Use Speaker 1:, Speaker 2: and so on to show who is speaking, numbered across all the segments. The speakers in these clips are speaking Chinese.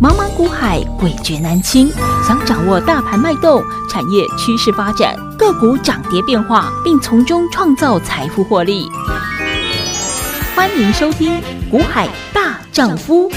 Speaker 1: 茫茫股海，诡谲难清。想掌握大盘脉动、产业趋势发展、个股涨跌变化，并从中创造财富获利，欢迎收听《股海大丈夫》。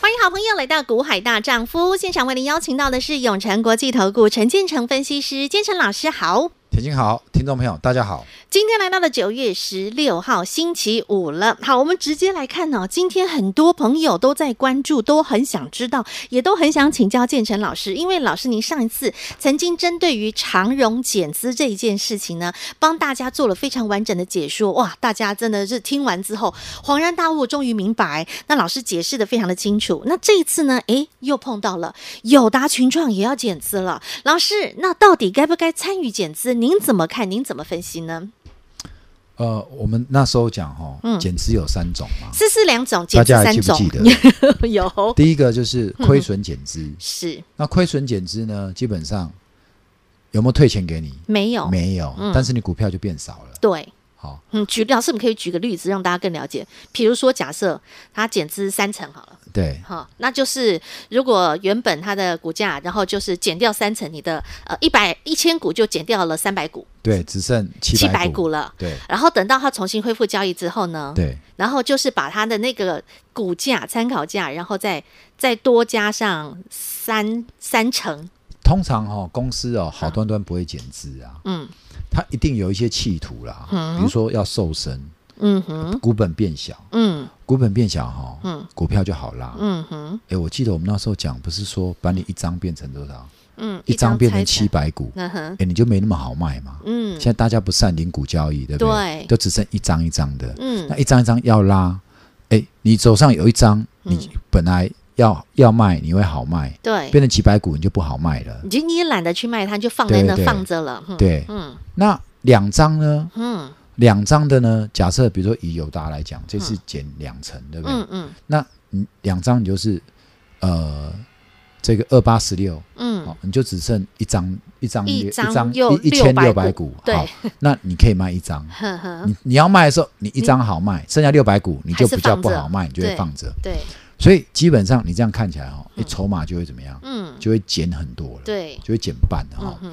Speaker 2: 欢迎好朋友来到《股海大丈夫》现场，为您邀请到的是永诚国际投顾陈建成分析师，建成老师好。
Speaker 3: 铁青好，听众朋友大家好。
Speaker 2: 今天来到了九月十六号星期五了，好，我们直接来看哦。今天很多朋友都在关注，都很想知道，也都很想请教建成老师，因为老师您上一次曾经针对于长荣减资这一件事情呢，帮大家做了非常完整的解说，哇，大家真的是听完之后恍然大悟，终于明白。那老师解释的非常的清楚。那这一次呢，诶，又碰到了友达群创也要减资了，老师，那到底该不该参与减资？您怎么看？您怎么分析呢？
Speaker 3: 呃，我们那时候讲哈、
Speaker 2: 嗯
Speaker 3: 哦，减资有三种嘛，
Speaker 2: 是是两种，嗯
Speaker 3: 大
Speaker 2: 减
Speaker 3: 家
Speaker 2: 资
Speaker 3: 还
Speaker 2: 三
Speaker 3: 记不
Speaker 2: 种
Speaker 3: 记， 得？
Speaker 2: 有
Speaker 3: 第一个就是亏损减资，
Speaker 2: 是
Speaker 3: 那亏损减资呢，基本上有没有退钱给你？
Speaker 2: 没有？
Speaker 3: 没有
Speaker 2: 嗯，
Speaker 3: 但是你股票就变少了。
Speaker 2: 对，
Speaker 3: 好，
Speaker 2: 嗯，举老师，我们可以举个例子让大家更了解。比如说，假设它减资三成好了，
Speaker 3: 对
Speaker 2: 哈，那就是如果原本它的股价，然后就是减掉三成，你的呃一百一千股就减掉了三百股，
Speaker 3: 对，只剩
Speaker 2: 七
Speaker 3: 七
Speaker 2: 百
Speaker 3: 百
Speaker 2: 股
Speaker 3: 股，
Speaker 2: 了。嗯
Speaker 3: 对
Speaker 2: 然后等到它重新恢复交易之后呢，
Speaker 3: 对
Speaker 2: 然后就是把它的那个股价参考价，然后再再多加上三三成，
Speaker 3: 通常哈、哦，公司哦，好端端不会减资啊，
Speaker 2: 嗯
Speaker 3: 它一定有一些企图啦，比如说要瘦身，
Speaker 2: 嗯哼，
Speaker 3: 股本变小，
Speaker 2: 嗯
Speaker 3: 股本变小哈、
Speaker 2: 嗯
Speaker 3: 股票就好拉，
Speaker 2: 嗯哼，
Speaker 3: 哎、我记得我们那时候讲，不是说把你一张变成多少？
Speaker 2: 嗯，
Speaker 3: 一张变成七
Speaker 2: 拆
Speaker 3: 百股，
Speaker 2: 成，嗯哼
Speaker 3: 哎、，你就没那么好卖嘛。
Speaker 2: 嗯
Speaker 3: 现在大家不善零股交易，对不对？
Speaker 2: 对
Speaker 3: 都只剩一张一张的，那
Speaker 2: 嗯
Speaker 3: 一张一张要拉。哎、你手上有一张，你本来要要卖，你会好卖，
Speaker 2: 嗯对，嗯
Speaker 3: 变成几百股你就不好卖了。
Speaker 2: 你就你也懒得去卖它，就放在那
Speaker 3: 对对
Speaker 2: 放着了，嗯
Speaker 3: 对，
Speaker 2: 嗯
Speaker 3: 那两张呢？
Speaker 2: 嗯
Speaker 3: 两张的呢？假设比如说以友达来讲，这次减两成，对不对？
Speaker 2: 嗯嗯
Speaker 3: 那你两张你就是呃这个二八十六，
Speaker 2: 嗯，
Speaker 3: 好，你就只剩一张一张
Speaker 2: 一
Speaker 3: 六
Speaker 2: 张
Speaker 3: 张
Speaker 2: 又
Speaker 3: 一一千
Speaker 2: 600
Speaker 3: 六百
Speaker 2: 股
Speaker 3: 股，
Speaker 2: 对
Speaker 3: 好，那你可以卖一张。
Speaker 2: 呵呵，
Speaker 3: 你你要卖的时候，你一张好卖，剩下六百股你就比较不好卖，你就会
Speaker 2: 对
Speaker 3: 放着。
Speaker 2: 对，
Speaker 3: 所以基本上你这样看起来哈，
Speaker 2: 嗯
Speaker 3: 你筹码就会怎么样？
Speaker 2: 嗯
Speaker 3: 就会减很多了，，
Speaker 2: 对，
Speaker 3: 就会减半的
Speaker 2: 嗯
Speaker 3: 哈。
Speaker 2: 哼，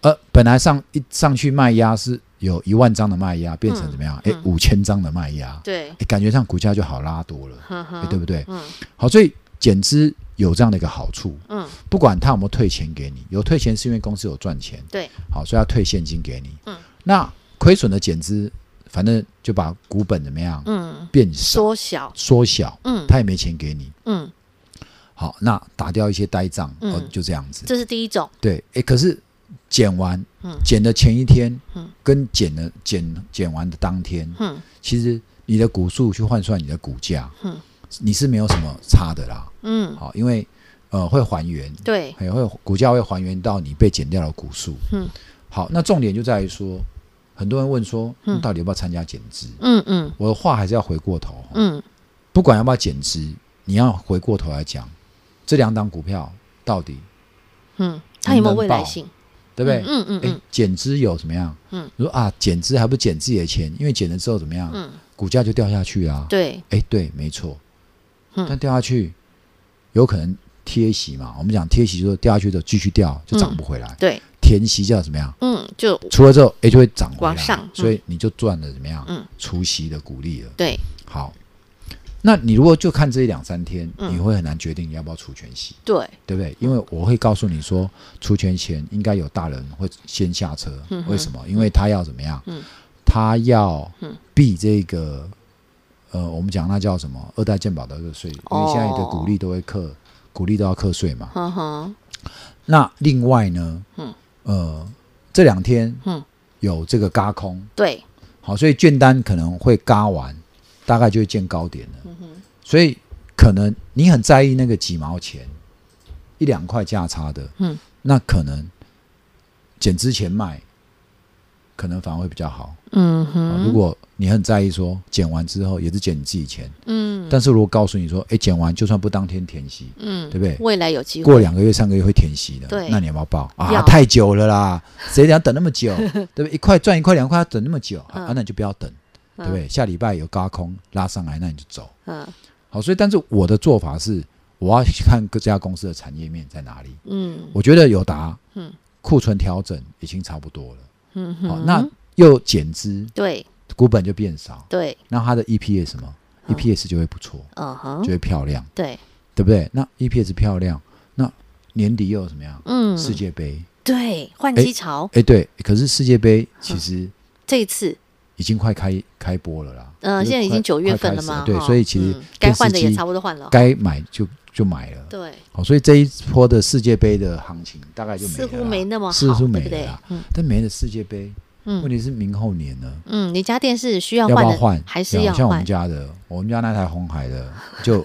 Speaker 3: 呃，本来上一上去卖压是有一万张的卖压，变成怎么样？
Speaker 2: 嗯
Speaker 3: 哎
Speaker 2: 嗯，
Speaker 3: 五千张的卖压，
Speaker 2: 对，
Speaker 3: 哎，感觉上股价就好拉多了，
Speaker 2: 呵呵
Speaker 3: 哎，，对不对？
Speaker 2: 嗯
Speaker 3: 好，所以减资有这样的一个好处，
Speaker 2: 嗯
Speaker 3: 不管他有没有退钱给你，有退钱是因为公司有赚钱，
Speaker 2: 对，
Speaker 3: 好，所以要退现金给你。
Speaker 2: 嗯，
Speaker 3: 那亏损的减资，反正就把股本怎么样、
Speaker 2: 嗯，
Speaker 3: 变少、
Speaker 2: 缩小，
Speaker 3: 缩小，
Speaker 2: 嗯
Speaker 3: 他也没钱给你。
Speaker 2: 嗯，
Speaker 3: 好，那打掉一些呆账，
Speaker 2: 嗯
Speaker 3: 哦，就这样子。
Speaker 2: 这是第一种，
Speaker 3: 对，诶，可是减完
Speaker 2: 嗯，
Speaker 3: 减的前一天
Speaker 2: 嗯，
Speaker 3: 跟减的减减完的当天，
Speaker 2: 嗯
Speaker 3: 其实你的股数去换算你的股价
Speaker 2: 嗯，
Speaker 3: 你是没有什么差的啦。
Speaker 2: 嗯，
Speaker 3: 好，因为呃会还原，
Speaker 2: 对，
Speaker 3: 还会股价会还原到你被减掉的股数。
Speaker 2: 嗯，
Speaker 3: 好，那重点就在于说，很多人问说，
Speaker 2: 嗯
Speaker 3: 嗯、到底要不要参加减资？
Speaker 2: 嗯嗯
Speaker 3: 我的话还是要回过头，
Speaker 2: 嗯，
Speaker 3: 不管要不要减资，你要回过头来讲，这两档股票到底
Speaker 2: 嗯，它有没有未来性？
Speaker 3: 对不对？哎
Speaker 2: 嗯嗯
Speaker 3: 诶
Speaker 2: 嗯
Speaker 3: 减资有怎么样？
Speaker 2: 嗯，
Speaker 3: 如果啊，减资还不减自己的钱，因为减了之后怎么样，
Speaker 2: 嗯，
Speaker 3: 股价就掉下去啦、
Speaker 2: 对，
Speaker 3: 哎，对，没错。
Speaker 2: 嗯
Speaker 3: 但掉下去有可能贴息嘛？我们讲贴息，就是掉下去就继续掉，就
Speaker 2: 嗯
Speaker 3: 涨不回来。
Speaker 2: 对，
Speaker 3: 填息叫怎么样？
Speaker 2: 嗯，就
Speaker 3: 除了之后，哎，就会涨回来
Speaker 2: 往上嗯
Speaker 3: 所以你就赚了怎么样？
Speaker 2: 嗯，
Speaker 3: 除息的股利了。
Speaker 2: 对，
Speaker 3: 好，那你如果就看这一两三天，
Speaker 2: 嗯
Speaker 3: 你会很难决定你要不要除权息，
Speaker 2: 对，
Speaker 3: 对不对？因为我会告诉你说，除权前应该有大人会先下车，
Speaker 2: 嗯哼
Speaker 3: 为什么？因为他要怎么样？
Speaker 2: 嗯
Speaker 3: 他要
Speaker 2: 嗯
Speaker 3: 避这个。呃，我们讲那叫什么二代健保的这个税，因为现在的
Speaker 2: 哦
Speaker 3: 股利都会课，股利都要课税嘛。
Speaker 2: 呵呵，
Speaker 3: 那另外呢，
Speaker 2: 嗯
Speaker 3: 呃，这两天
Speaker 2: 嗯
Speaker 3: 有这个嘎空，
Speaker 2: 对，
Speaker 3: 好，所以券单可能会嘎完，大概就会见高点了。
Speaker 2: 嗯
Speaker 3: 所以可能你很在意那个几毛钱、一两块价差的，
Speaker 2: 嗯，
Speaker 3: 那可能减之前卖，可能反而会比较好。
Speaker 2: 嗯
Speaker 3: 啊
Speaker 2: 哼，
Speaker 3: 如果你很在意说减完之后也是减你自己钱，
Speaker 2: 嗯
Speaker 3: 但是如果告诉你说，哎，减完就算不当天填息，
Speaker 2: 嗯，
Speaker 3: 对不对？
Speaker 2: 未来有机
Speaker 3: 过
Speaker 2: 会，
Speaker 3: 两个月、三个月会填息的，
Speaker 2: 对
Speaker 3: 那你要不要报啊
Speaker 2: 要？
Speaker 3: 太久了 啦，谁要等那么久？对不对？一块赚一块，两块要等那么久，啊
Speaker 2: 嗯
Speaker 3: 啊，那你就不要等。
Speaker 2: 对
Speaker 3: 对不？对？下礼拜有高空拉上来，那你就走。
Speaker 2: 嗯
Speaker 3: 好，所以但是我的做法是，我要去看各家公司的产业面在哪里。
Speaker 2: 嗯
Speaker 3: 我觉得友达，
Speaker 2: 嗯
Speaker 3: 嗯，库存调整已经差不多了，
Speaker 2: 嗯
Speaker 3: 好、
Speaker 2: 哼，
Speaker 3: 那又减资，
Speaker 2: 对
Speaker 3: 股本就变少，
Speaker 2: 对，
Speaker 3: 那它的 EPS 什么、
Speaker 2: 嗯
Speaker 3: e p s 就会不错，
Speaker 2: 嗯
Speaker 3: 就
Speaker 2: 哼，
Speaker 3: 会漂亮，
Speaker 2: 对，
Speaker 3: 对不对？那 EPS 漂亮，那年底又有什么样？
Speaker 2: 嗯，
Speaker 3: 世界杯，
Speaker 2: 对换
Speaker 3: 哎
Speaker 2: 机潮，
Speaker 3: 哎，对，可是世界杯其实
Speaker 2: 这一次
Speaker 3: 已经快开开播了啦，
Speaker 2: 呃，
Speaker 3: 就是
Speaker 2: 现在已
Speaker 3: 快
Speaker 2: 经九月份了
Speaker 3: 快开
Speaker 2: 嘛，
Speaker 3: 始对，
Speaker 2: 哈
Speaker 3: 所以其实
Speaker 2: 嗯该换的
Speaker 3: 电
Speaker 2: 也
Speaker 3: 视机
Speaker 2: 差不多换了，
Speaker 3: 该买就就买了，
Speaker 2: 对，
Speaker 3: 好、所以这一波的世界杯的行情大概就没
Speaker 2: 似
Speaker 3: 了啦，
Speaker 2: 乎没那么好，
Speaker 3: 似乎没
Speaker 2: 对不
Speaker 3: 了
Speaker 2: 对
Speaker 3: 啦？
Speaker 2: 嗯
Speaker 3: 但没了世界杯，问
Speaker 2: 嗯
Speaker 3: 题是明后年呢？
Speaker 2: 嗯，你家电视需要
Speaker 3: 要不
Speaker 2: 换
Speaker 3: 要
Speaker 2: 的
Speaker 3: 换？
Speaker 2: 还是
Speaker 3: 对啊
Speaker 2: 要
Speaker 3: 像我们
Speaker 2: 换？
Speaker 3: 家的，我们家那台红海的就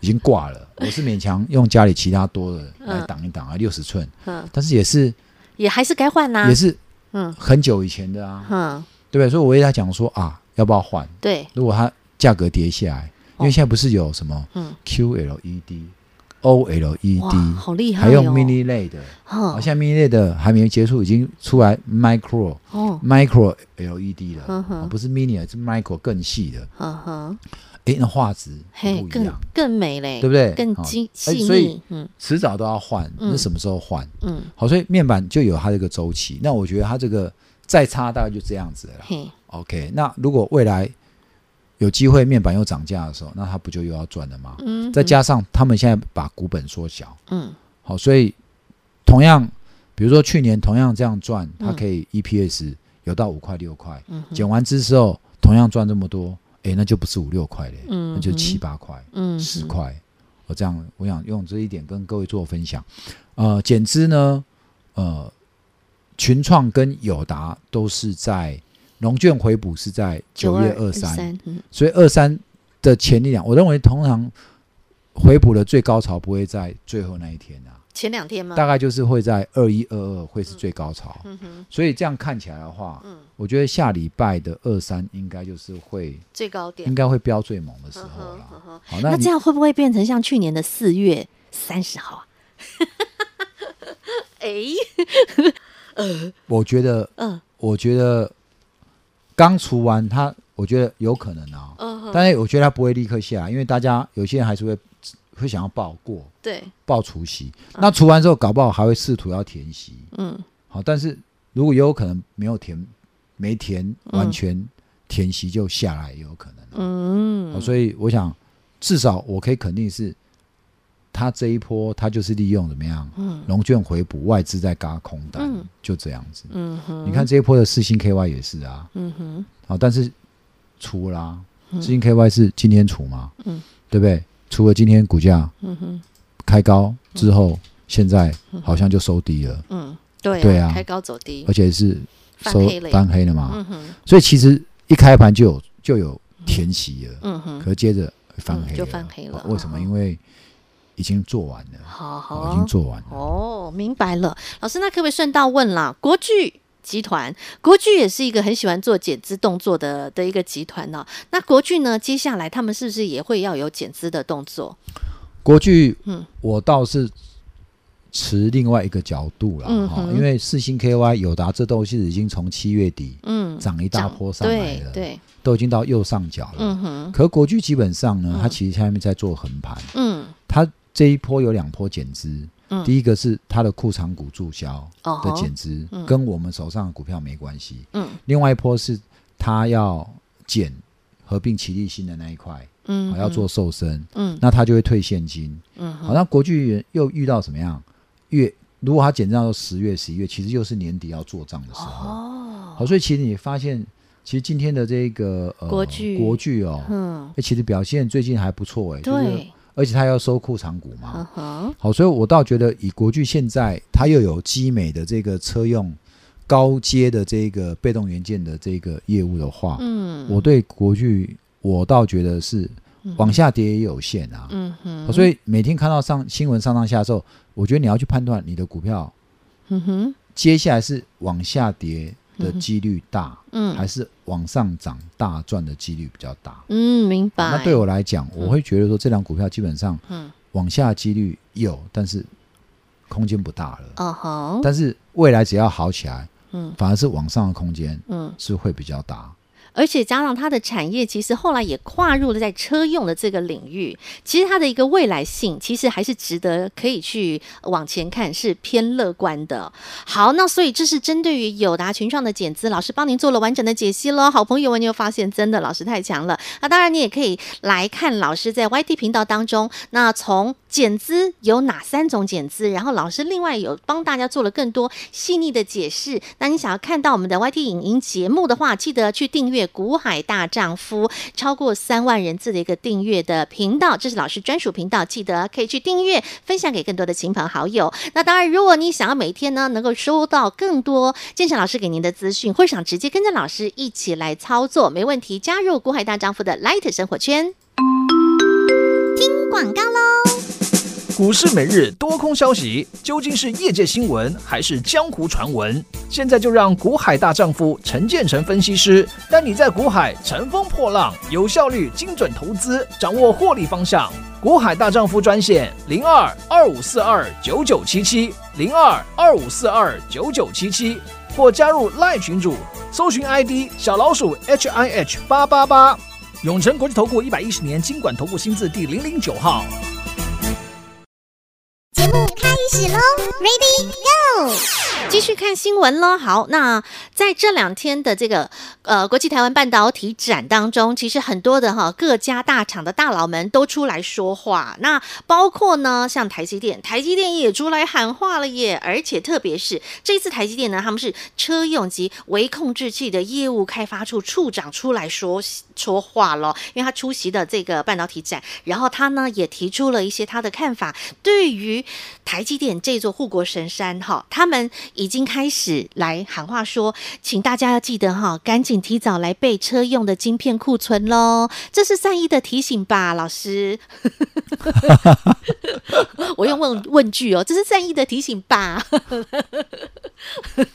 Speaker 3: 已经挂 了。我是勉强用家里其他多的来
Speaker 2: 嗯
Speaker 3: 挡一挡啊，六十寸，
Speaker 2: 嗯，
Speaker 3: 但是也是
Speaker 2: 也还是该换啦
Speaker 3: 也，是
Speaker 2: 嗯
Speaker 3: 很久以前的啊，
Speaker 2: 嗯，
Speaker 3: 对不对？所以我也在讲说啊，要不要换？
Speaker 2: 对，
Speaker 3: 如果它价格跌下来，因为现在不是有什么
Speaker 2: 哦
Speaker 3: E
Speaker 2: 嗯
Speaker 3: QLED、OLED，
Speaker 2: 哇，好厉害哦，
Speaker 3: E
Speaker 2: 哦
Speaker 3: 还有 mini 类的，好
Speaker 2: 哼，
Speaker 3: 像 mini 类的还没结束，已经出来 micro。
Speaker 2: 哦，
Speaker 3: micro LED 了，
Speaker 2: 嗯哼
Speaker 3: 哦不是 mini，是 micro 更细的，
Speaker 2: 嗯哼，
Speaker 3: 诶，那画质
Speaker 2: 嘿，
Speaker 3: 也不一
Speaker 2: 更
Speaker 3: 样，
Speaker 2: 更美嘞，
Speaker 3: 对不对？
Speaker 2: 更
Speaker 3: 哦
Speaker 2: 精
Speaker 3: 哎
Speaker 2: 细
Speaker 3: 所以
Speaker 2: 腻，嗯
Speaker 3: 迟早都要换，
Speaker 2: 嗯
Speaker 3: 那什么时候换？
Speaker 2: 嗯，
Speaker 3: 好，所以面板就有它这个周期。那我觉得它这个再差大概就这样子了啦。
Speaker 2: 嘿，
Speaker 3: OK，那如果未来有机会面板又涨价的时候，那它不就又要赚了吗？
Speaker 2: 嗯，
Speaker 3: 再加上他们现在把股本缩小，
Speaker 2: 嗯，
Speaker 3: 好，所以同样，比如说去年同样这样赚，它
Speaker 2: 嗯
Speaker 3: 可以 EPS 有到五块六块，
Speaker 2: 嗯哼
Speaker 3: 减完之之后同样赚这么多，诶，那就不是五六块嘞，
Speaker 2: 嗯
Speaker 3: 那就
Speaker 2: 哼
Speaker 3: 七八块、
Speaker 2: 嗯，
Speaker 3: 十块。我这样，我想用这一点跟各位做分享。呃，减资呢，呃，群创跟友达都是在龙卷回补是在九月二三，
Speaker 2: 三，嗯
Speaker 3: 所以二三的前一两，我认为通常回补的最高潮不会在最后那一天啊，
Speaker 2: 前两天吗？
Speaker 3: 大概就是会在二一二二会是最高潮。
Speaker 2: 嗯哼，
Speaker 3: 所以这样看起来的话，
Speaker 2: 嗯
Speaker 3: 我觉得下礼拜的二三应该就是会
Speaker 2: 最高
Speaker 3: 应
Speaker 2: 点。
Speaker 3: 该会飙最猛的时
Speaker 2: 嗯
Speaker 3: 候
Speaker 2: 哼嗯
Speaker 3: 啦。
Speaker 2: 哼
Speaker 3: 好，
Speaker 2: 那
Speaker 3: 你
Speaker 2: 这样会不会变成像去年的四月三十号啊？哎，
Speaker 3: 我觉得，
Speaker 2: 嗯
Speaker 3: 我觉得刚除完它，我觉得有可能啊，
Speaker 2: 嗯哼，
Speaker 3: 但是我觉得它不会立刻下来，因为大家有些人还是会会想要报过
Speaker 2: 对，
Speaker 3: 报除息，那除完之后搞不好还会试图要填息。
Speaker 2: 嗯
Speaker 3: 好，但是如果也有可能没有填，没填
Speaker 2: 嗯
Speaker 3: 完全填息就下来，也有可能啊、好
Speaker 2: 嗯，
Speaker 3: 所以我想，至少我可以肯定是，他这一波他就是利用怎么样，
Speaker 2: 嗯
Speaker 3: 龙卷回补外资在嘎空单，
Speaker 2: 嗯
Speaker 3: 就这样子。
Speaker 2: 嗯哼，
Speaker 3: 你看，这一波的四星 KY 也是啊，
Speaker 2: 嗯哼，
Speaker 3: 好，但是除啦，
Speaker 2: 嗯
Speaker 3: 四星 KY 是今天除嘛，
Speaker 2: 嗯
Speaker 3: 对不对？除了今天股价
Speaker 2: 嗯哼，
Speaker 3: 开高之后，现在好像就收低了，
Speaker 2: 嗯，对
Speaker 3: 对啊
Speaker 2: 开高走低
Speaker 3: 而，且是
Speaker 2: 翻
Speaker 3: 收
Speaker 2: 黑了耶，
Speaker 3: 翻黑了嘛，
Speaker 2: 嗯哼，
Speaker 3: 所以其实一开盘就有就有填息了，
Speaker 2: 嗯哼，
Speaker 3: 可接着翻黑了、
Speaker 2: 嗯就翻黑了
Speaker 3: 啊为什么？
Speaker 2: 哦
Speaker 3: 因为已经做完了，
Speaker 2: 好好
Speaker 3: 哦
Speaker 2: 哦
Speaker 3: 已经做完了。
Speaker 2: 哦，明白了。老师，那可不可以顺道问啦？国巨集团，国巨也是一个很喜欢做减资动作的的一个集团呢、那国巨呢，接下来他们是不是也会要有减资的动作？
Speaker 3: 国巨，
Speaker 2: 嗯
Speaker 3: 我倒是持另外一个角度啦，
Speaker 2: 嗯
Speaker 3: 哈、
Speaker 2: 哼
Speaker 3: 因为四星 KY、友达这都是已经从七月底
Speaker 2: 嗯，
Speaker 3: 涨一大波上来
Speaker 2: 对
Speaker 3: 了，
Speaker 2: 对，
Speaker 3: 都已经到右上角了。
Speaker 2: 嗯哼，
Speaker 3: 可国巨基本上呢，
Speaker 2: 嗯
Speaker 3: 它其实下面在做横盘，
Speaker 2: 嗯
Speaker 3: 它这一波有两波减资，
Speaker 2: 嗯
Speaker 3: 第一个是它的库藏股注销，
Speaker 2: 哦
Speaker 3: 的
Speaker 2: 吼，
Speaker 3: 减资
Speaker 2: 嗯，
Speaker 3: 跟我们手上的股票没关系。
Speaker 2: 嗯
Speaker 3: 另外一波是他要减合并齐立新的那一块，
Speaker 2: 嗯
Speaker 3: 好，要做瘦身，
Speaker 2: 嗯
Speaker 3: 那他就会退现金。
Speaker 2: 嗯哼
Speaker 3: 好，那国巨又遇到什么样？月如果他减账到十月、十一月，其实又是年底要做账的时候。
Speaker 2: 哦，
Speaker 3: 好，所以其实你发现，其实今天的这个呃
Speaker 2: 国巨
Speaker 3: 国巨哦，
Speaker 2: 嗯，
Speaker 3: 诶其实表现最近还不错哎，就是
Speaker 2: 对，
Speaker 3: 而且他要收库藏股嘛，
Speaker 2: 嗯哼，
Speaker 3: 好，所以我倒觉得以国巨现在它又有机美的这个车用高阶的这个被动元件的这个业务的话，
Speaker 2: 嗯，
Speaker 3: 我对国巨我倒觉得是
Speaker 2: 嗯
Speaker 3: 往下跌也有限啊。
Speaker 2: 嗯哼，
Speaker 3: 好所以每天看到上新闻上上下的时候，我觉得你要去判断你的股票
Speaker 2: 嗯哼，
Speaker 3: 接下来是往下跌的几率大，还
Speaker 2: 嗯
Speaker 3: 是往上涨大赚的几率比较大。
Speaker 2: 嗯，明白。
Speaker 3: 那对我来讲，我会觉得说这两股票基本上
Speaker 2: 嗯，
Speaker 3: 往下几率有，但是空间不大了。
Speaker 2: 哦吼，
Speaker 3: 但是未来只要好起来，
Speaker 2: 嗯
Speaker 3: 反而是往上的空间
Speaker 2: 嗯，
Speaker 3: 是会比较大。
Speaker 2: 而且加上它的产业，其实后来也跨入了在车用的这个领域，其实它的一个未来性，其实还是值得可以去往前看，是偏乐观的。好，那所以这是针对于友达群创的减资，老师帮您做了完整的解析喽。好朋友们，你有发现真的老师太强了。那当然，你也可以来看老师在 YT 频道当中，那从减资有哪三种减资，然后老师另外有帮大家做了更多细腻的解释。那你想要看到我们的 YT 影音节目的话，记得去订阅《股海大丈夫》，超过三万人次的一个订阅的频道，这是老师专属频道，记得可以去订阅，分享给更多的亲朋好友。那当然，如果你想要每天呢能够收到更多建成老师给您的资讯，或者想直接跟着老师一起来操作，没问题，加入股海大丈夫的 Light 生活圈。听广告喽！
Speaker 4: 股市每日多空消息究竟是业界新闻还是江湖传闻？现在就让股海大丈夫陈建成分析师带你在股海乘风破浪，有效率、精准投资，掌握获利方向。股海大丈夫专线零二二五四二九九七七零二二五四二九九七七，或加入赖群组，搜寻 ID 小老鼠 HIH 八八八，永诚国际投顾一百一十年经管投顾新字第零零九号。
Speaker 2: 继续看新闻喽。好，那在这两天的这个呃国际台湾半导体展当中，其实很多的哈各家大厂的大佬们都出来说话。那包括呢，像台积电，台积电也出来喊话了耶。而且特别是这次台积电呢，他们是车用及微控制器的业务开发处处长出来说说话了，因为他出席的这个半导体展，然后他呢也提出了一些他的看法，对于台积电这座护国神山哈，他们已经开始来喊话说，请大家要记得哈，赶紧提早来备车用的晶片库存喽。这是善意的提醒吧，老师。 我用问问句哦，这是善意的提醒吧？哎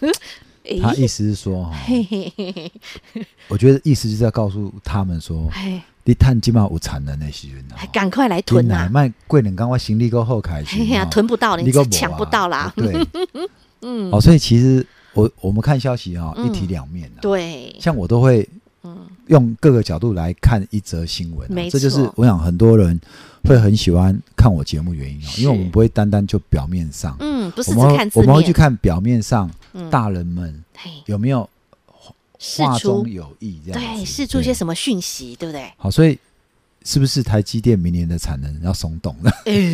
Speaker 2: 诶
Speaker 3: 他意思是说，哈，
Speaker 2: 嘿嘿嘿嘿，
Speaker 3: 我觉得意思就是要告诉他们说，
Speaker 2: 哎，
Speaker 3: 你探今晚有产能的时阵
Speaker 2: 还
Speaker 3: 啊，
Speaker 2: 赶快来
Speaker 3: 你
Speaker 2: 囤
Speaker 3: 奶
Speaker 2: 啊！
Speaker 3: 卖贵人刚我行李够后开始
Speaker 2: 嘿，呀、
Speaker 3: 吼
Speaker 2: 囤不到了，你
Speaker 3: 还
Speaker 2: 是
Speaker 3: 没啊
Speaker 2: 抢不到啦。
Speaker 3: 对， 嗯，哦，所以其实我我们看消息啊，一体两面啊，
Speaker 2: 嗯对，
Speaker 3: 像我都会
Speaker 2: 嗯
Speaker 3: 用各个角度来看一则新闻啊、
Speaker 2: 没
Speaker 3: 这就是
Speaker 2: 错
Speaker 3: 我想很多人会很喜欢看我节目原因啊，因为我们
Speaker 2: 是
Speaker 3: 不会单单就表面上，
Speaker 2: 嗯，不是
Speaker 3: 我
Speaker 2: 只看
Speaker 3: 们会
Speaker 2: 字
Speaker 3: 我
Speaker 2: 面，
Speaker 3: 们会去看表面上
Speaker 2: 嗯
Speaker 3: 大人们
Speaker 2: 嘿
Speaker 3: 有没有
Speaker 2: 试
Speaker 3: 话
Speaker 2: 出
Speaker 3: 中有意这样子，
Speaker 2: 对试出一些
Speaker 3: 对
Speaker 2: 什么讯息，对不 对？
Speaker 3: 好，所以是不是台积电明年的产能要松动了？
Speaker 2: 诶，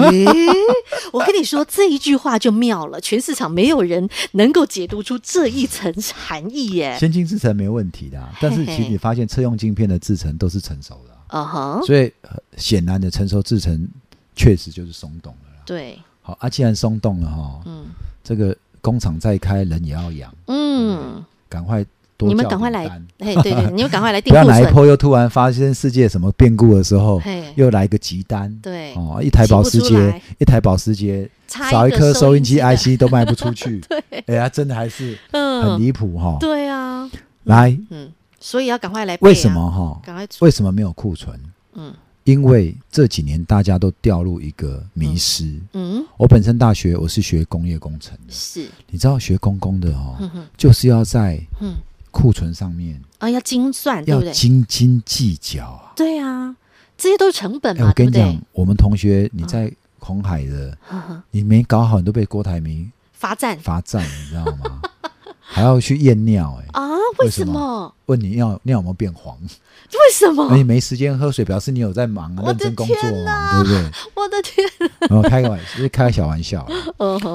Speaker 2: 我跟你说这一句话就妙了，全市场没有人能够解读出这一层含义耶。
Speaker 3: 先进制程没问题的啊、但是其
Speaker 2: 嘿嘿
Speaker 3: 实你发现车用镜片的制程都是成熟的啊、
Speaker 2: 嗯哼，
Speaker 3: 所以呃显然的成熟制程确实就是松动了啦。
Speaker 2: 对，
Speaker 3: 好啊，既然松动了哈，
Speaker 2: 嗯
Speaker 3: 这个工厂再开，人也要养，
Speaker 2: 嗯，
Speaker 3: 赶快多
Speaker 2: 你们
Speaker 3: 叫
Speaker 2: 赶快
Speaker 3: 点
Speaker 2: 来
Speaker 3: 单，
Speaker 2: 嘿，对 对，你们赶快来
Speaker 3: 不
Speaker 2: 订
Speaker 3: 要
Speaker 2: 库
Speaker 3: 哪一
Speaker 2: 存，
Speaker 3: 波又突然发生世界什么变故的时候，
Speaker 2: 嘿，
Speaker 3: 又来个急单。
Speaker 2: 对，
Speaker 3: 哦，一台
Speaker 2: 挤不
Speaker 3: 保时
Speaker 2: 出
Speaker 3: 捷
Speaker 2: 来，
Speaker 3: 一台保时捷，
Speaker 2: 差
Speaker 3: 少一颗收音机哎
Speaker 2: 的
Speaker 3: IC 都卖不出 去，哎呀，真的还是很
Speaker 2: 嗯，
Speaker 3: 离谱哈。
Speaker 2: 对啊，
Speaker 3: 来，
Speaker 2: 嗯，所以要赶快来、啊，
Speaker 3: 为什？么哈？
Speaker 2: 赶快出，
Speaker 3: 为什么没有库存？
Speaker 2: 嗯
Speaker 3: 因为这几年大家都掉入一个迷失。
Speaker 2: 嗯，
Speaker 3: 我本身大学我是学工业工程的，
Speaker 2: 是，
Speaker 3: 你知道学工工的哦，
Speaker 2: 嗯哼，
Speaker 3: 就是要在
Speaker 2: 嗯，
Speaker 3: 库存上面
Speaker 2: 啊，要精算，对
Speaker 3: 要
Speaker 2: 不对？
Speaker 3: 斤斤计较啊。
Speaker 2: 对啊，这些都是成本
Speaker 3: 哎，
Speaker 2: 嘛，
Speaker 3: 我跟你
Speaker 2: 对嗯
Speaker 3: 讲
Speaker 2: 不，
Speaker 3: 我们同学你在红海的，
Speaker 2: 对？
Speaker 3: 你没搞好，你都被郭台铭
Speaker 2: 罚站
Speaker 3: 罚站，你知道吗？ 还要去验尿，哎，
Speaker 2: 啊？为
Speaker 3: 为
Speaker 2: 什
Speaker 3: 什
Speaker 2: 么
Speaker 3: 么？问你尿尿有没有变黄？
Speaker 2: 为什么
Speaker 3: 而？且没时间喝水，表示你有在忙啊，
Speaker 2: 哦我
Speaker 3: 认
Speaker 2: 的
Speaker 3: 真工作啊，对不对？
Speaker 2: 我的天，
Speaker 3: 然后开 个玩笑，就是开个小玩笑啊。
Speaker 2: 嗯哼，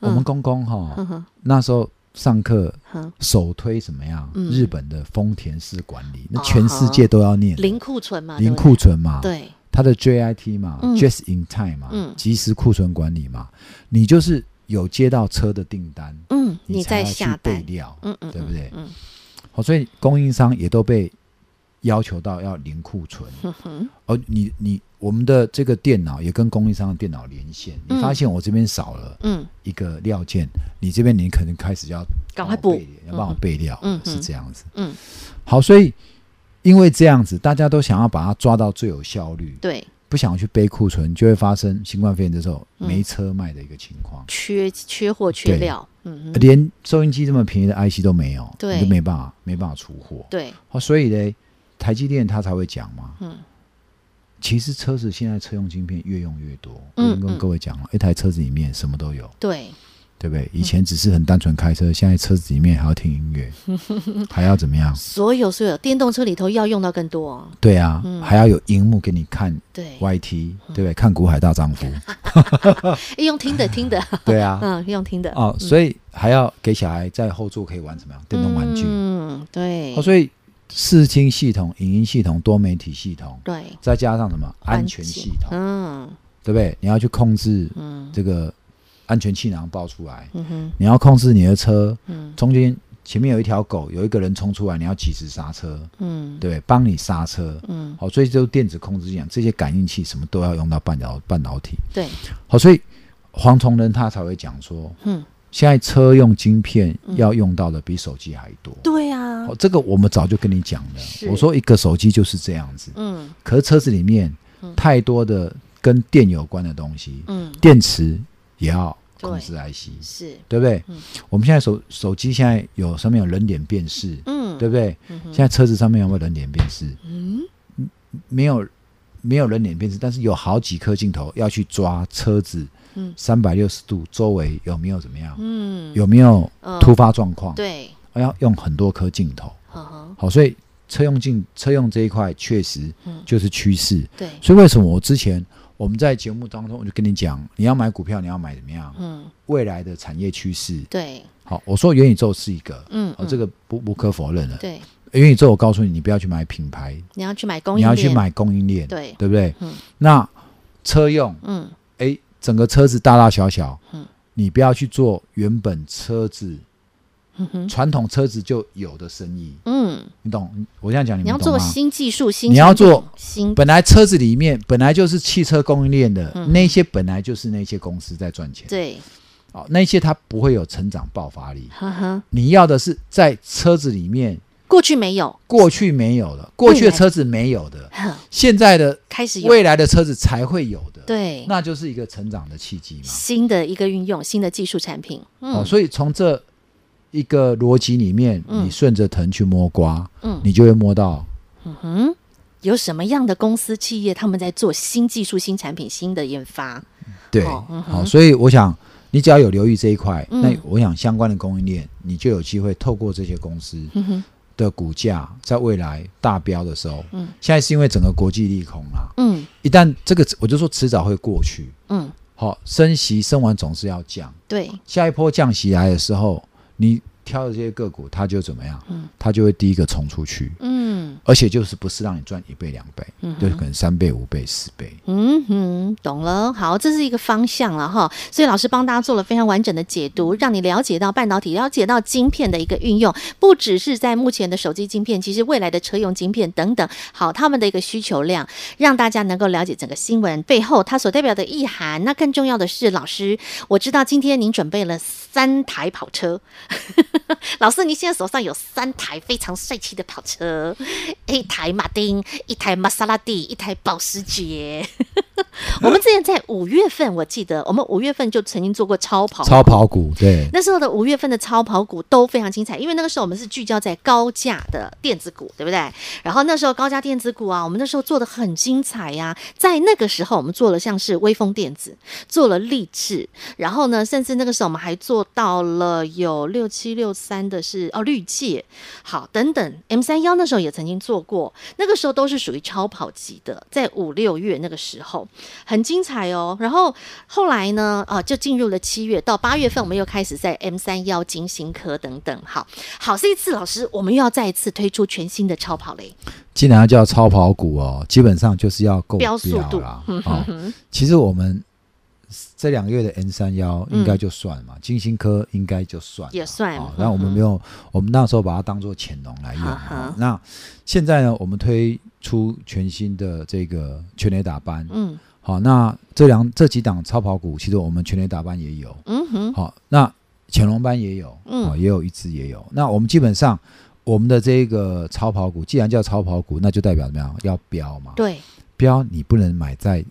Speaker 3: 我
Speaker 2: 嗯
Speaker 3: 们公公哈，那时候上课
Speaker 2: 哼
Speaker 3: 首推怎么样？
Speaker 2: 嗯
Speaker 3: 日本的丰田式管理，那
Speaker 2: 啊
Speaker 3: 全世界都要念
Speaker 2: 零库存嘛，
Speaker 3: 零
Speaker 2: 啊对不
Speaker 3: 库存嘛，
Speaker 2: 对对，
Speaker 3: 它的 JIT 嘛
Speaker 2: 嗯
Speaker 3: ，Just in Time
Speaker 2: 嗯
Speaker 3: 嘛，及时库存管理嘛，你就是有接到车的订单，
Speaker 2: 嗯，
Speaker 3: 你才
Speaker 2: 在
Speaker 3: 要去
Speaker 2: 下
Speaker 3: 备
Speaker 2: 单，
Speaker 3: 料，
Speaker 2: 嗯嗯，
Speaker 3: 对不对
Speaker 2: 嗯
Speaker 3: 好，所以供应商也都被要求到要零库存。
Speaker 2: 嗯哼，
Speaker 3: 哦，你你我们的这个电脑也跟供应商的电脑连线，
Speaker 2: 嗯
Speaker 3: 你发现我这边少了
Speaker 2: 嗯，
Speaker 3: 一个料件，你这边你可能开始要
Speaker 2: 赶快
Speaker 3: 帮
Speaker 2: 补
Speaker 3: 我备，要帮我备料，
Speaker 2: 嗯哼
Speaker 3: 是这样子。
Speaker 2: 嗯，
Speaker 3: 好，所以因为这样子，大家都想要把它抓到最有效率，
Speaker 2: 对，
Speaker 3: 不想去背库存，就会发生新冠肺炎的时候
Speaker 2: 嗯
Speaker 3: 没车卖的一个情况。
Speaker 2: 缺缺货缺
Speaker 3: 对
Speaker 2: 料，嗯哼，
Speaker 3: 连收音机这么便宜的 IC 都没有，
Speaker 2: 对
Speaker 3: 你就没办法没办法出货。
Speaker 2: 对，
Speaker 3: 哦，所以呢，台积电它才会讲嘛，
Speaker 2: 嗯，
Speaker 3: 其实车子现在车用晶片越用越多，
Speaker 2: 嗯
Speaker 3: 我已经跟
Speaker 2: 嗯
Speaker 3: 各位讲了，一台车子里面什么都有，
Speaker 2: 对，
Speaker 3: 对不对？
Speaker 2: 嗯
Speaker 3: 以前只是很单纯开车，现在车子里面还要听音乐， 还要怎么样？
Speaker 2: 所有所有电动车里头要用到更多哦，
Speaker 3: 对啊，还要有荧幕给你看
Speaker 2: 对，嗯
Speaker 3: YT，对不对？看《股海大丈夫》，
Speaker 2: 诶用 听的听的，
Speaker 3: 对啊，
Speaker 2: 嗯，用听的，
Speaker 3: 哦，所以还要给小孩在后座可以玩什么样电动玩具？
Speaker 2: 嗯，对
Speaker 3: 哦，，所以视听系统、影音系统、多媒体系统，
Speaker 2: 对，
Speaker 3: 再加上什么安全
Speaker 2: 环境
Speaker 3: 系统，
Speaker 2: 嗯
Speaker 3: 对不对？你要去控制
Speaker 2: 嗯
Speaker 3: 这个安全气囊爆出来，
Speaker 2: 嗯哼
Speaker 3: 你要控制你的车
Speaker 2: 嗯
Speaker 3: 中间前面有一条狗，有一个人冲出来，你要及时刹车，
Speaker 2: 嗯
Speaker 3: 对不对？帮你刹车。
Speaker 2: 嗯，
Speaker 3: 好，所以就是电子控制一啊样，这些感应器什么都要用到半导半导体。
Speaker 2: 对，
Speaker 3: 好，所以黄崇仁他才会讲说，
Speaker 2: 嗯，
Speaker 3: 现在车用晶片要用到的比手机还多。
Speaker 2: 对啊
Speaker 3: 哦，，这个我们早就跟你讲了
Speaker 2: 是。
Speaker 3: 我说一个手机就是这样子，
Speaker 2: 嗯
Speaker 3: 可是车子里面
Speaker 2: 嗯
Speaker 3: 太多的跟电有关的东西，
Speaker 2: 嗯
Speaker 3: 电池也要
Speaker 2: 对
Speaker 3: 控制 IC，
Speaker 2: 是，
Speaker 3: 对不对
Speaker 2: 嗯？
Speaker 3: 我们现在手手机现在有上面有人脸辨识，
Speaker 2: 嗯
Speaker 3: 对不对？
Speaker 2: 嗯哼
Speaker 3: 现在车子上面有没有人脸辨识？
Speaker 2: 嗯
Speaker 3: 没有，没有人脸辨识，但是有好几颗镜头要去抓车子
Speaker 2: 嗯
Speaker 3: 三百六十度周围有没有怎么样，
Speaker 2: 嗯
Speaker 3: 有没有
Speaker 2: 嗯
Speaker 3: 突发状况，
Speaker 2: 对，
Speaker 3: 要用很多颗镜头。
Speaker 2: 呵呵
Speaker 3: 好，所以车用镜车用这一块确实
Speaker 2: 嗯
Speaker 3: 就是趋势。
Speaker 2: 对，
Speaker 3: 所以为什么我之前我们在节目当中我就跟你讲，你要买股票，你要买怎么样？
Speaker 2: 嗯
Speaker 3: 未来的产业趋势。
Speaker 2: 对，
Speaker 3: 好，我说元宇宙是一个，
Speaker 2: 嗯
Speaker 3: 哦，这
Speaker 2: 个
Speaker 3: 个不不可否认了。
Speaker 2: 对，
Speaker 3: 元宇宙，我告诉你，你不要去买品牌，
Speaker 2: 你要去买供
Speaker 3: 你
Speaker 2: 应
Speaker 3: 要
Speaker 2: 链，
Speaker 3: 去买供应链，
Speaker 2: 对，
Speaker 3: 对不对？
Speaker 2: 嗯
Speaker 3: 那车用，
Speaker 2: 嗯
Speaker 3: 哎，整个车子大大小小，
Speaker 2: 嗯
Speaker 3: 你不要去做原本车子
Speaker 2: 嗯哼
Speaker 3: 传统车子就有的生意，
Speaker 2: 嗯，
Speaker 3: 你懂？我这样讲你
Speaker 2: 你要
Speaker 3: 们懂
Speaker 2: 做
Speaker 3: 吗？
Speaker 2: 新技术，新
Speaker 3: 你
Speaker 2: 产品
Speaker 3: 要做
Speaker 2: 新，
Speaker 3: 本来车子里面本来就是汽车供应链的、
Speaker 2: 嗯
Speaker 3: 那些，本来就是那些公司在赚钱。
Speaker 2: 对，
Speaker 3: 哦，那些它不会有成长爆发力。
Speaker 2: 呵呵，
Speaker 3: 你要的是在车子里面
Speaker 2: 过去没有，
Speaker 3: 过去没有的，过去的车子没有的，
Speaker 2: 呵
Speaker 3: 现在的
Speaker 2: 开始有，
Speaker 3: 未来的车子才会有的。，
Speaker 2: 对，
Speaker 3: 那就是一个成长的契机嘛。
Speaker 2: 新的一个运用，新的技术产品，
Speaker 3: 哦，
Speaker 2: 嗯
Speaker 3: 所以从这一个逻辑里面，
Speaker 2: 嗯
Speaker 3: 你顺着藤去摸瓜，
Speaker 2: 嗯
Speaker 3: 你就会摸到
Speaker 2: 嗯哼，有什么样的公司企业他们在做新技术、新产品、新的研发？
Speaker 3: 对。
Speaker 2: 哦嗯
Speaker 3: 好，所以我想。你只要有留意这一块，
Speaker 2: 嗯
Speaker 3: 那我想相关的供应链，你就有机会透过这些公司，
Speaker 2: 嗯哼，
Speaker 3: 的股价在未来大飙的时候，
Speaker 2: 嗯
Speaker 3: 现在是因为整个国际利空啦、
Speaker 2: 嗯
Speaker 3: 一旦这个我就说迟早会过去，
Speaker 2: 嗯，
Speaker 3: 好、升息升完总是要降，
Speaker 2: 对，
Speaker 3: 下一波降息来的时候，你挑的这些个股，它就怎么样？
Speaker 2: 嗯
Speaker 3: 它就会第一个冲出去，
Speaker 2: 嗯
Speaker 3: 而且就是不是让你赚一倍两倍，
Speaker 2: 嗯哼
Speaker 3: 就是可能三倍五倍四倍。
Speaker 2: 嗯哼，懂了。好，这是一个方向了哈。所以老师帮大家做了非常完整的解读，让你了解到半导体，了解到晶片的一个运用，不只是在目前的手机晶片，其实未来的车用晶片等等，好，他们的一个需求量，让大家能够了解整个新闻背后它所代表的意涵。那更重要的是，老师，我知道今天您准备了三台跑车，老师，您现在手上有三台非常帅气的跑车，一台马丁，一台玛莎拉蒂，一台保时捷。 我们之前在五月份，我记得我们五月份就曾经做过超跑。
Speaker 3: 超跑股 对
Speaker 2: 那时候的五月份的超跑股都非常精彩，因为那个时候我们是聚焦在高价的电子股，对不对？然后那时候高价电子股啊，我们那时候做的很精彩呀、在那个时候，我们做了像是微风电子，做了励志，然后呢，甚至那个时候我们还做到了有六七六三的是哦绿界，好等等，M 三幺那时候也曾经做过，那个时候都是属于超跑级的，在五六月那个时候很精彩哦。然后后来呢，啊、就进入了七月到八月份，我们又开始在 M 三幺金星科等等，好好这一次老师，我们又要再一次推出全新的超跑嘞，
Speaker 3: 既然要叫超跑股哦，基本上就是要够
Speaker 2: 标速度嗯
Speaker 3: 啦。哦，其实我们这两个月的 N 三幺应该就算嘛，金星科应该就算嘛
Speaker 2: 嗯也算
Speaker 3: 哦
Speaker 2: 嗯。
Speaker 3: 那、我们没有，我们那时候把它当做潜龙来用、
Speaker 2: 哈哈
Speaker 3: 哦那现在呢，我们推出全新的这个全垒打班。
Speaker 2: 嗯
Speaker 3: 好、那这两这几档超跑股，其实我们全垒打班也有。
Speaker 2: 嗯哼，
Speaker 3: 好、那潜龙班也有，
Speaker 2: 嗯
Speaker 3: 哦，也有一只也有。那我们基本上我们的这个超跑股，既然叫超跑股，那就代表怎么样？要标嘛。
Speaker 2: 对，
Speaker 3: 标你不能买在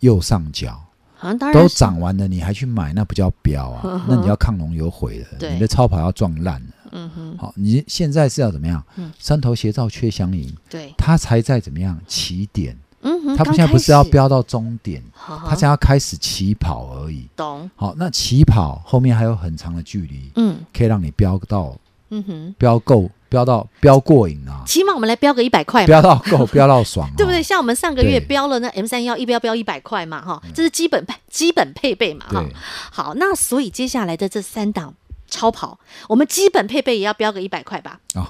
Speaker 3: 右上角，
Speaker 2: 好啊像当然
Speaker 3: 都
Speaker 2: 是
Speaker 3: 涨完了你还去买，那不叫标
Speaker 2: 呵
Speaker 3: 啊
Speaker 2: 呵，
Speaker 3: 那你要亢龙有悔了，
Speaker 2: 对
Speaker 3: 你的超跑要撞烂了。
Speaker 2: 嗯哼，
Speaker 3: 好，你现在是要怎么样
Speaker 2: 嗯？
Speaker 3: 山头斜照缺相迎，
Speaker 2: 对，
Speaker 3: 它才在怎么样起点？
Speaker 2: 嗯哼，
Speaker 3: 它
Speaker 2: 刚
Speaker 3: 现在不是要
Speaker 2: 开始，
Speaker 3: 飙到终点，它
Speaker 2: 他
Speaker 3: 现在要开始起跑而已。
Speaker 2: 懂，
Speaker 3: 好，那起跑后面还有很长的距离，
Speaker 2: 嗯
Speaker 3: 可以让你飙到
Speaker 2: 嗯哼，
Speaker 3: 飙够，飙到飙过瘾啊，
Speaker 2: 起码我们来标个一百块嘛，
Speaker 3: 飙到 够，飙到爽、啊，
Speaker 2: 对不对？？像我们上个月
Speaker 3: 对嗯
Speaker 2: 标了那 M 三幺，一标标一百块嘛，哈，这是基本配基本配备嘛，哈
Speaker 3: 对。，
Speaker 2: 好，那所以接下来的这三档超跑，我们基本配备也要标个一百块吧？
Speaker 3: 哦，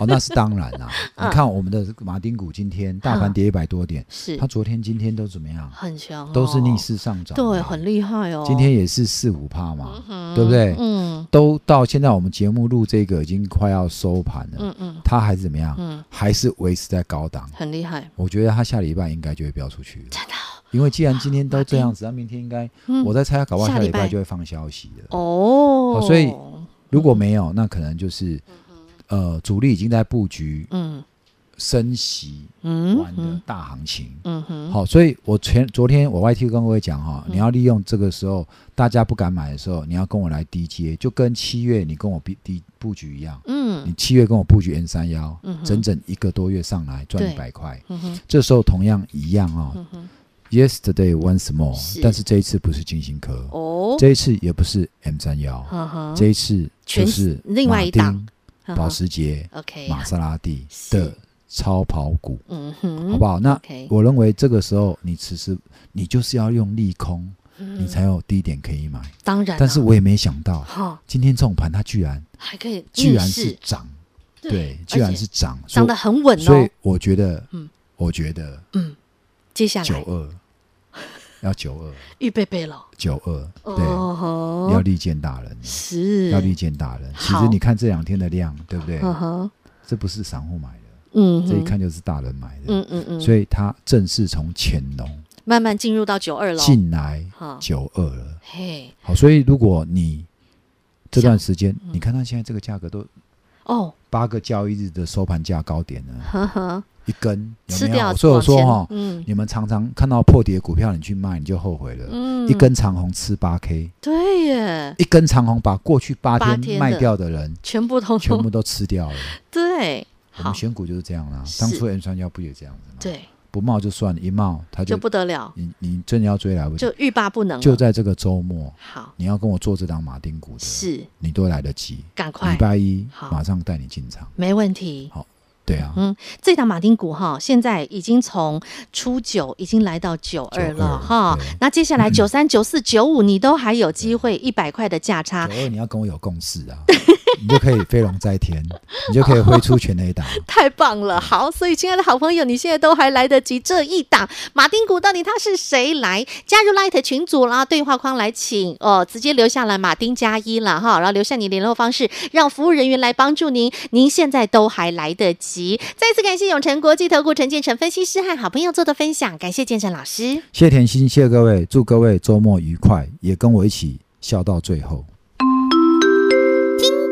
Speaker 3: 哦，那是当然啦、
Speaker 2: 嗯
Speaker 3: 你看我们的马丁股今天大盘跌一百多点，
Speaker 2: 是
Speaker 3: 它，昨天、今天都怎么样？
Speaker 2: 很强、
Speaker 3: 都是逆，势上涨的，啊
Speaker 2: 对，很厉害哦。
Speaker 3: 今天也是四五趴嘛，对不对？
Speaker 2: 嗯
Speaker 3: 都到现在我们节目录这个已经快要收盘了，
Speaker 2: 嗯嗯
Speaker 3: 它还是怎么样？
Speaker 2: 嗯，
Speaker 3: 还是维持在高档。
Speaker 2: 很厉害，
Speaker 3: 我觉得它下礼拜应该就会飙出去了，
Speaker 2: 真的
Speaker 3: 因为既然今天都这样子，那明天应该，
Speaker 2: 嗯
Speaker 3: 我在猜，它搞不好
Speaker 2: 下
Speaker 3: 下
Speaker 2: 礼
Speaker 3: 礼拜
Speaker 2: 拜
Speaker 3: 就会放消息了。
Speaker 2: 哦
Speaker 3: 好所以如果没有，那可能就是，呃，主力已经在布局
Speaker 2: 嗯
Speaker 3: 升息
Speaker 2: 嗯
Speaker 3: 完的
Speaker 2: 嗯
Speaker 3: 大行情。
Speaker 2: 嗯哼，嗯
Speaker 3: 好，所以我前昨天我 YT 跟各位讲哈，你要利用这个时候大家不敢买的时候，你要跟我来低接，就跟七月你跟我比低布局一样，你
Speaker 2: 嗯
Speaker 3: 七月跟我布局 N 三幺
Speaker 2: 嗯哼，
Speaker 3: 整整一个多月上来赚
Speaker 2: 对
Speaker 3: 一百块，
Speaker 2: 嗯哼
Speaker 3: 这时候同样一样啊、
Speaker 2: 嗯哼，
Speaker 3: Yesterday once more，
Speaker 2: 是
Speaker 3: 但是这一次不是金星科，
Speaker 2: 哦，
Speaker 3: 这一次也不是 M 三幺，
Speaker 2: 哈哈
Speaker 3: 这一次就
Speaker 2: 全
Speaker 3: 是
Speaker 2: 另外
Speaker 3: 马
Speaker 2: 一档嗯
Speaker 3: 丁
Speaker 2: 哈
Speaker 3: 保
Speaker 2: 哈
Speaker 3: 时捷、
Speaker 2: OK，
Speaker 3: 玛莎拉蒂
Speaker 2: 是
Speaker 3: 的超跑股，
Speaker 2: 嗯哼，
Speaker 3: 好不好？那
Speaker 2: OK，
Speaker 3: 我认为这个时候你其实你就是要用利空，
Speaker 2: 你
Speaker 3: 你才有低点可以买。
Speaker 2: 当然啊，
Speaker 3: 但是我也没想到，
Speaker 2: 哈
Speaker 3: 今天这种盘它居然
Speaker 2: 还可以
Speaker 3: 居然
Speaker 2: 逆
Speaker 3: 是
Speaker 2: 势
Speaker 3: 涨，
Speaker 2: 嗯对
Speaker 3: 对，
Speaker 2: 而
Speaker 3: 居然
Speaker 2: 且
Speaker 3: 是涨，所
Speaker 2: 涨
Speaker 3: 以
Speaker 2: 得很稳
Speaker 3: 所
Speaker 2: 哦
Speaker 3: 以。我觉得
Speaker 2: 嗯，
Speaker 3: 我觉得
Speaker 2: 接下
Speaker 3: 九
Speaker 2: 来
Speaker 3: 二要九二
Speaker 2: 预备备了，
Speaker 3: 九二，对，
Speaker 2: 哦吼，
Speaker 3: 要利剑大人，
Speaker 2: 是
Speaker 3: 要利剑大人。其
Speaker 2: 好
Speaker 3: 实你看这两天的量，对不对？
Speaker 2: 嗯哼，
Speaker 3: 这不是散户买的，
Speaker 2: 嗯哼，
Speaker 3: 这一看就是大人买的，
Speaker 2: 嗯嗯嗯，
Speaker 3: 所以它正式从潜龙
Speaker 2: 慢慢进入到九二楼，
Speaker 3: 进来
Speaker 2: 哈，
Speaker 3: 九二了。
Speaker 2: 嘿，
Speaker 3: 好，所以如果你这
Speaker 2: 像
Speaker 3: 段时间，
Speaker 2: 嗯
Speaker 3: 你看它现在这个价格都
Speaker 2: 哦，
Speaker 3: 八个交易日的收盘价高点呢，
Speaker 2: 呵呵，
Speaker 3: 一根有
Speaker 2: 吃
Speaker 3: 没
Speaker 2: 掉，
Speaker 3: 有？所以我说
Speaker 2: 往
Speaker 3: 哈
Speaker 2: 前，嗯
Speaker 3: 你们常常看到破底的股票，你去卖你就后悔了。
Speaker 2: 嗯，
Speaker 3: 一根长红吃八 K，
Speaker 2: 对耶，
Speaker 3: 一根长红把过去八
Speaker 2: 八
Speaker 3: 天
Speaker 2: 天
Speaker 3: 卖
Speaker 2: 的
Speaker 3: 掉 的人
Speaker 2: 全部通
Speaker 3: 全
Speaker 2: 通
Speaker 3: 部都吃掉了。
Speaker 2: 对，
Speaker 3: 我
Speaker 2: 好
Speaker 3: 们，选股就是这样啦、
Speaker 2: 是
Speaker 3: 当初 M 三幺不也这样子吗？，
Speaker 2: 对，
Speaker 3: 不冒就算了，一冒它
Speaker 2: 就
Speaker 3: 就
Speaker 2: 不得了，
Speaker 3: 你你真的要追来不及
Speaker 2: 就。欲罢不能了，
Speaker 3: 就在这个周末，
Speaker 2: 好，
Speaker 3: 你要跟我做这档马丁股的，
Speaker 2: 是，
Speaker 3: 你都来得及。
Speaker 2: 赶快
Speaker 3: 礼，拜一
Speaker 2: 好
Speaker 3: 马上带你进场。
Speaker 2: 没问题。
Speaker 3: 对啊，
Speaker 2: 嗯，这档马丁股哈，现在已经从初九已经来到九二了
Speaker 3: 92
Speaker 2: 哈
Speaker 3: 对。嗯
Speaker 2: 那接下来九三、九四、九五，你都还有机会一百块的价差
Speaker 3: 九，二你要跟我有共识啊， 你就可以飞龙在天，你就可以挥出全垒打。
Speaker 2: 太棒了！好，所以亲爱的好朋友，你现在都还来得及这一档马丁股，到底他是谁来加入 Light 群组啦？对话框来请哦、直接留下了马丁加一了哈，然后留下你联络方式，让服务人员来帮助您。您现在都还来得及。再次感谢永诚国际投顾陈建成分析师和好朋友做的分享，感谢建成老师。
Speaker 3: 谢谢甜心，谢谢各位，祝各位周末愉快，也跟我一起笑到最后。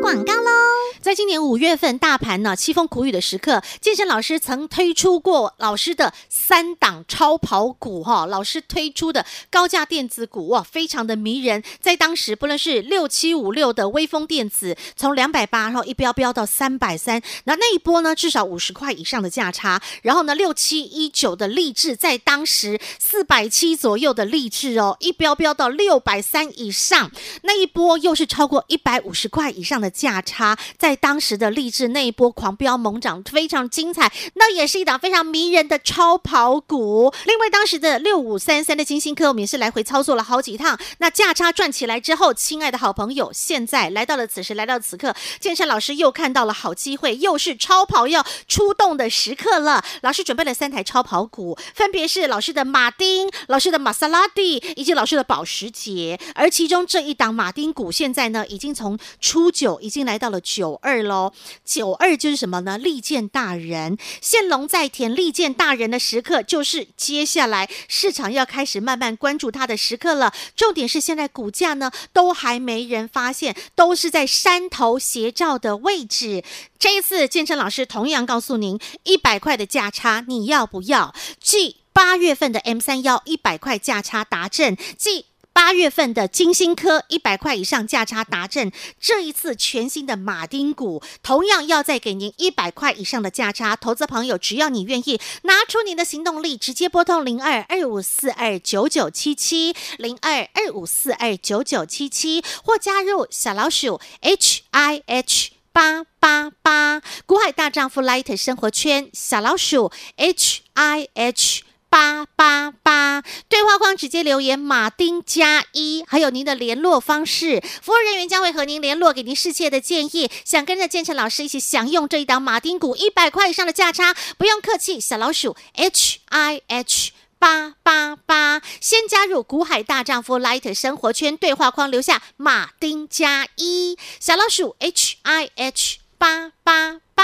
Speaker 2: 广告喽。在今年五月份大盘呢凄风苦雨的时刻，健身老师曾推出过老师的三档超跑股哈、老师推出的高价电子股哇，非常的迷人。在当时，不论是六七五六的微风电子，从两百八然后一飙飙到三百三，那那一波呢至少五十块以上的价差，然后呢六七一九的励志在当时四百七左右的励志哦，一飙飙到六百三以上，那一波又是超过一百五十块以上的价差，在当时的励志那一波狂飙猛涨，非常精彩。那也是一档非常迷人的超跑股。另外，当时的六五三三的金星科，我们也是来回操作了好几趟。那价差赚起来之后，亲爱的好朋友，现在来到了此时，来到此刻，建山老师又看到了好机会，又是超跑要出动的时刻了。老师准备了三台超跑股，分别是老师的马丁、老师的玛莎拉蒂以及老师的保时捷。而其中这一档马丁股现在呢，已经从初九已经来到了九二喽。九二就是什么呢？利剑大人，现龙在田，利剑大人的时刻就是接下来市场要开始慢慢关注它的时刻了。重点是现在股价呢都还没人发现，都是在山头斜照的位置。这一次，健身老师同样告诉您，一百块的价差你要不要？继八月份的 M 三幺一百块价差达阵，继八月份的金星科一百块以上价差达阵，这一次全新的马丁股同样要再给您一百块以上的价差。投资朋友，只要你愿意，拿出您的行动力，直接拨通零二二五四二九九七七零二二五四二九九七七，或加入小老鼠 H I H。八八八，古海大丈夫 Light 生活圈小老鼠 H I H 八八八，对话框直接留言马丁加一，还有您的联络方式，服务人员将会和您联络，给您适切的建议。想跟着建成老师一起享用这一档马丁股一百块以上的价差，不用客气，小老鼠 H I H。八八八，先加入股海大丈夫 Light 生活圈对话框，留下马丁加一小老鼠 H I H 八八八。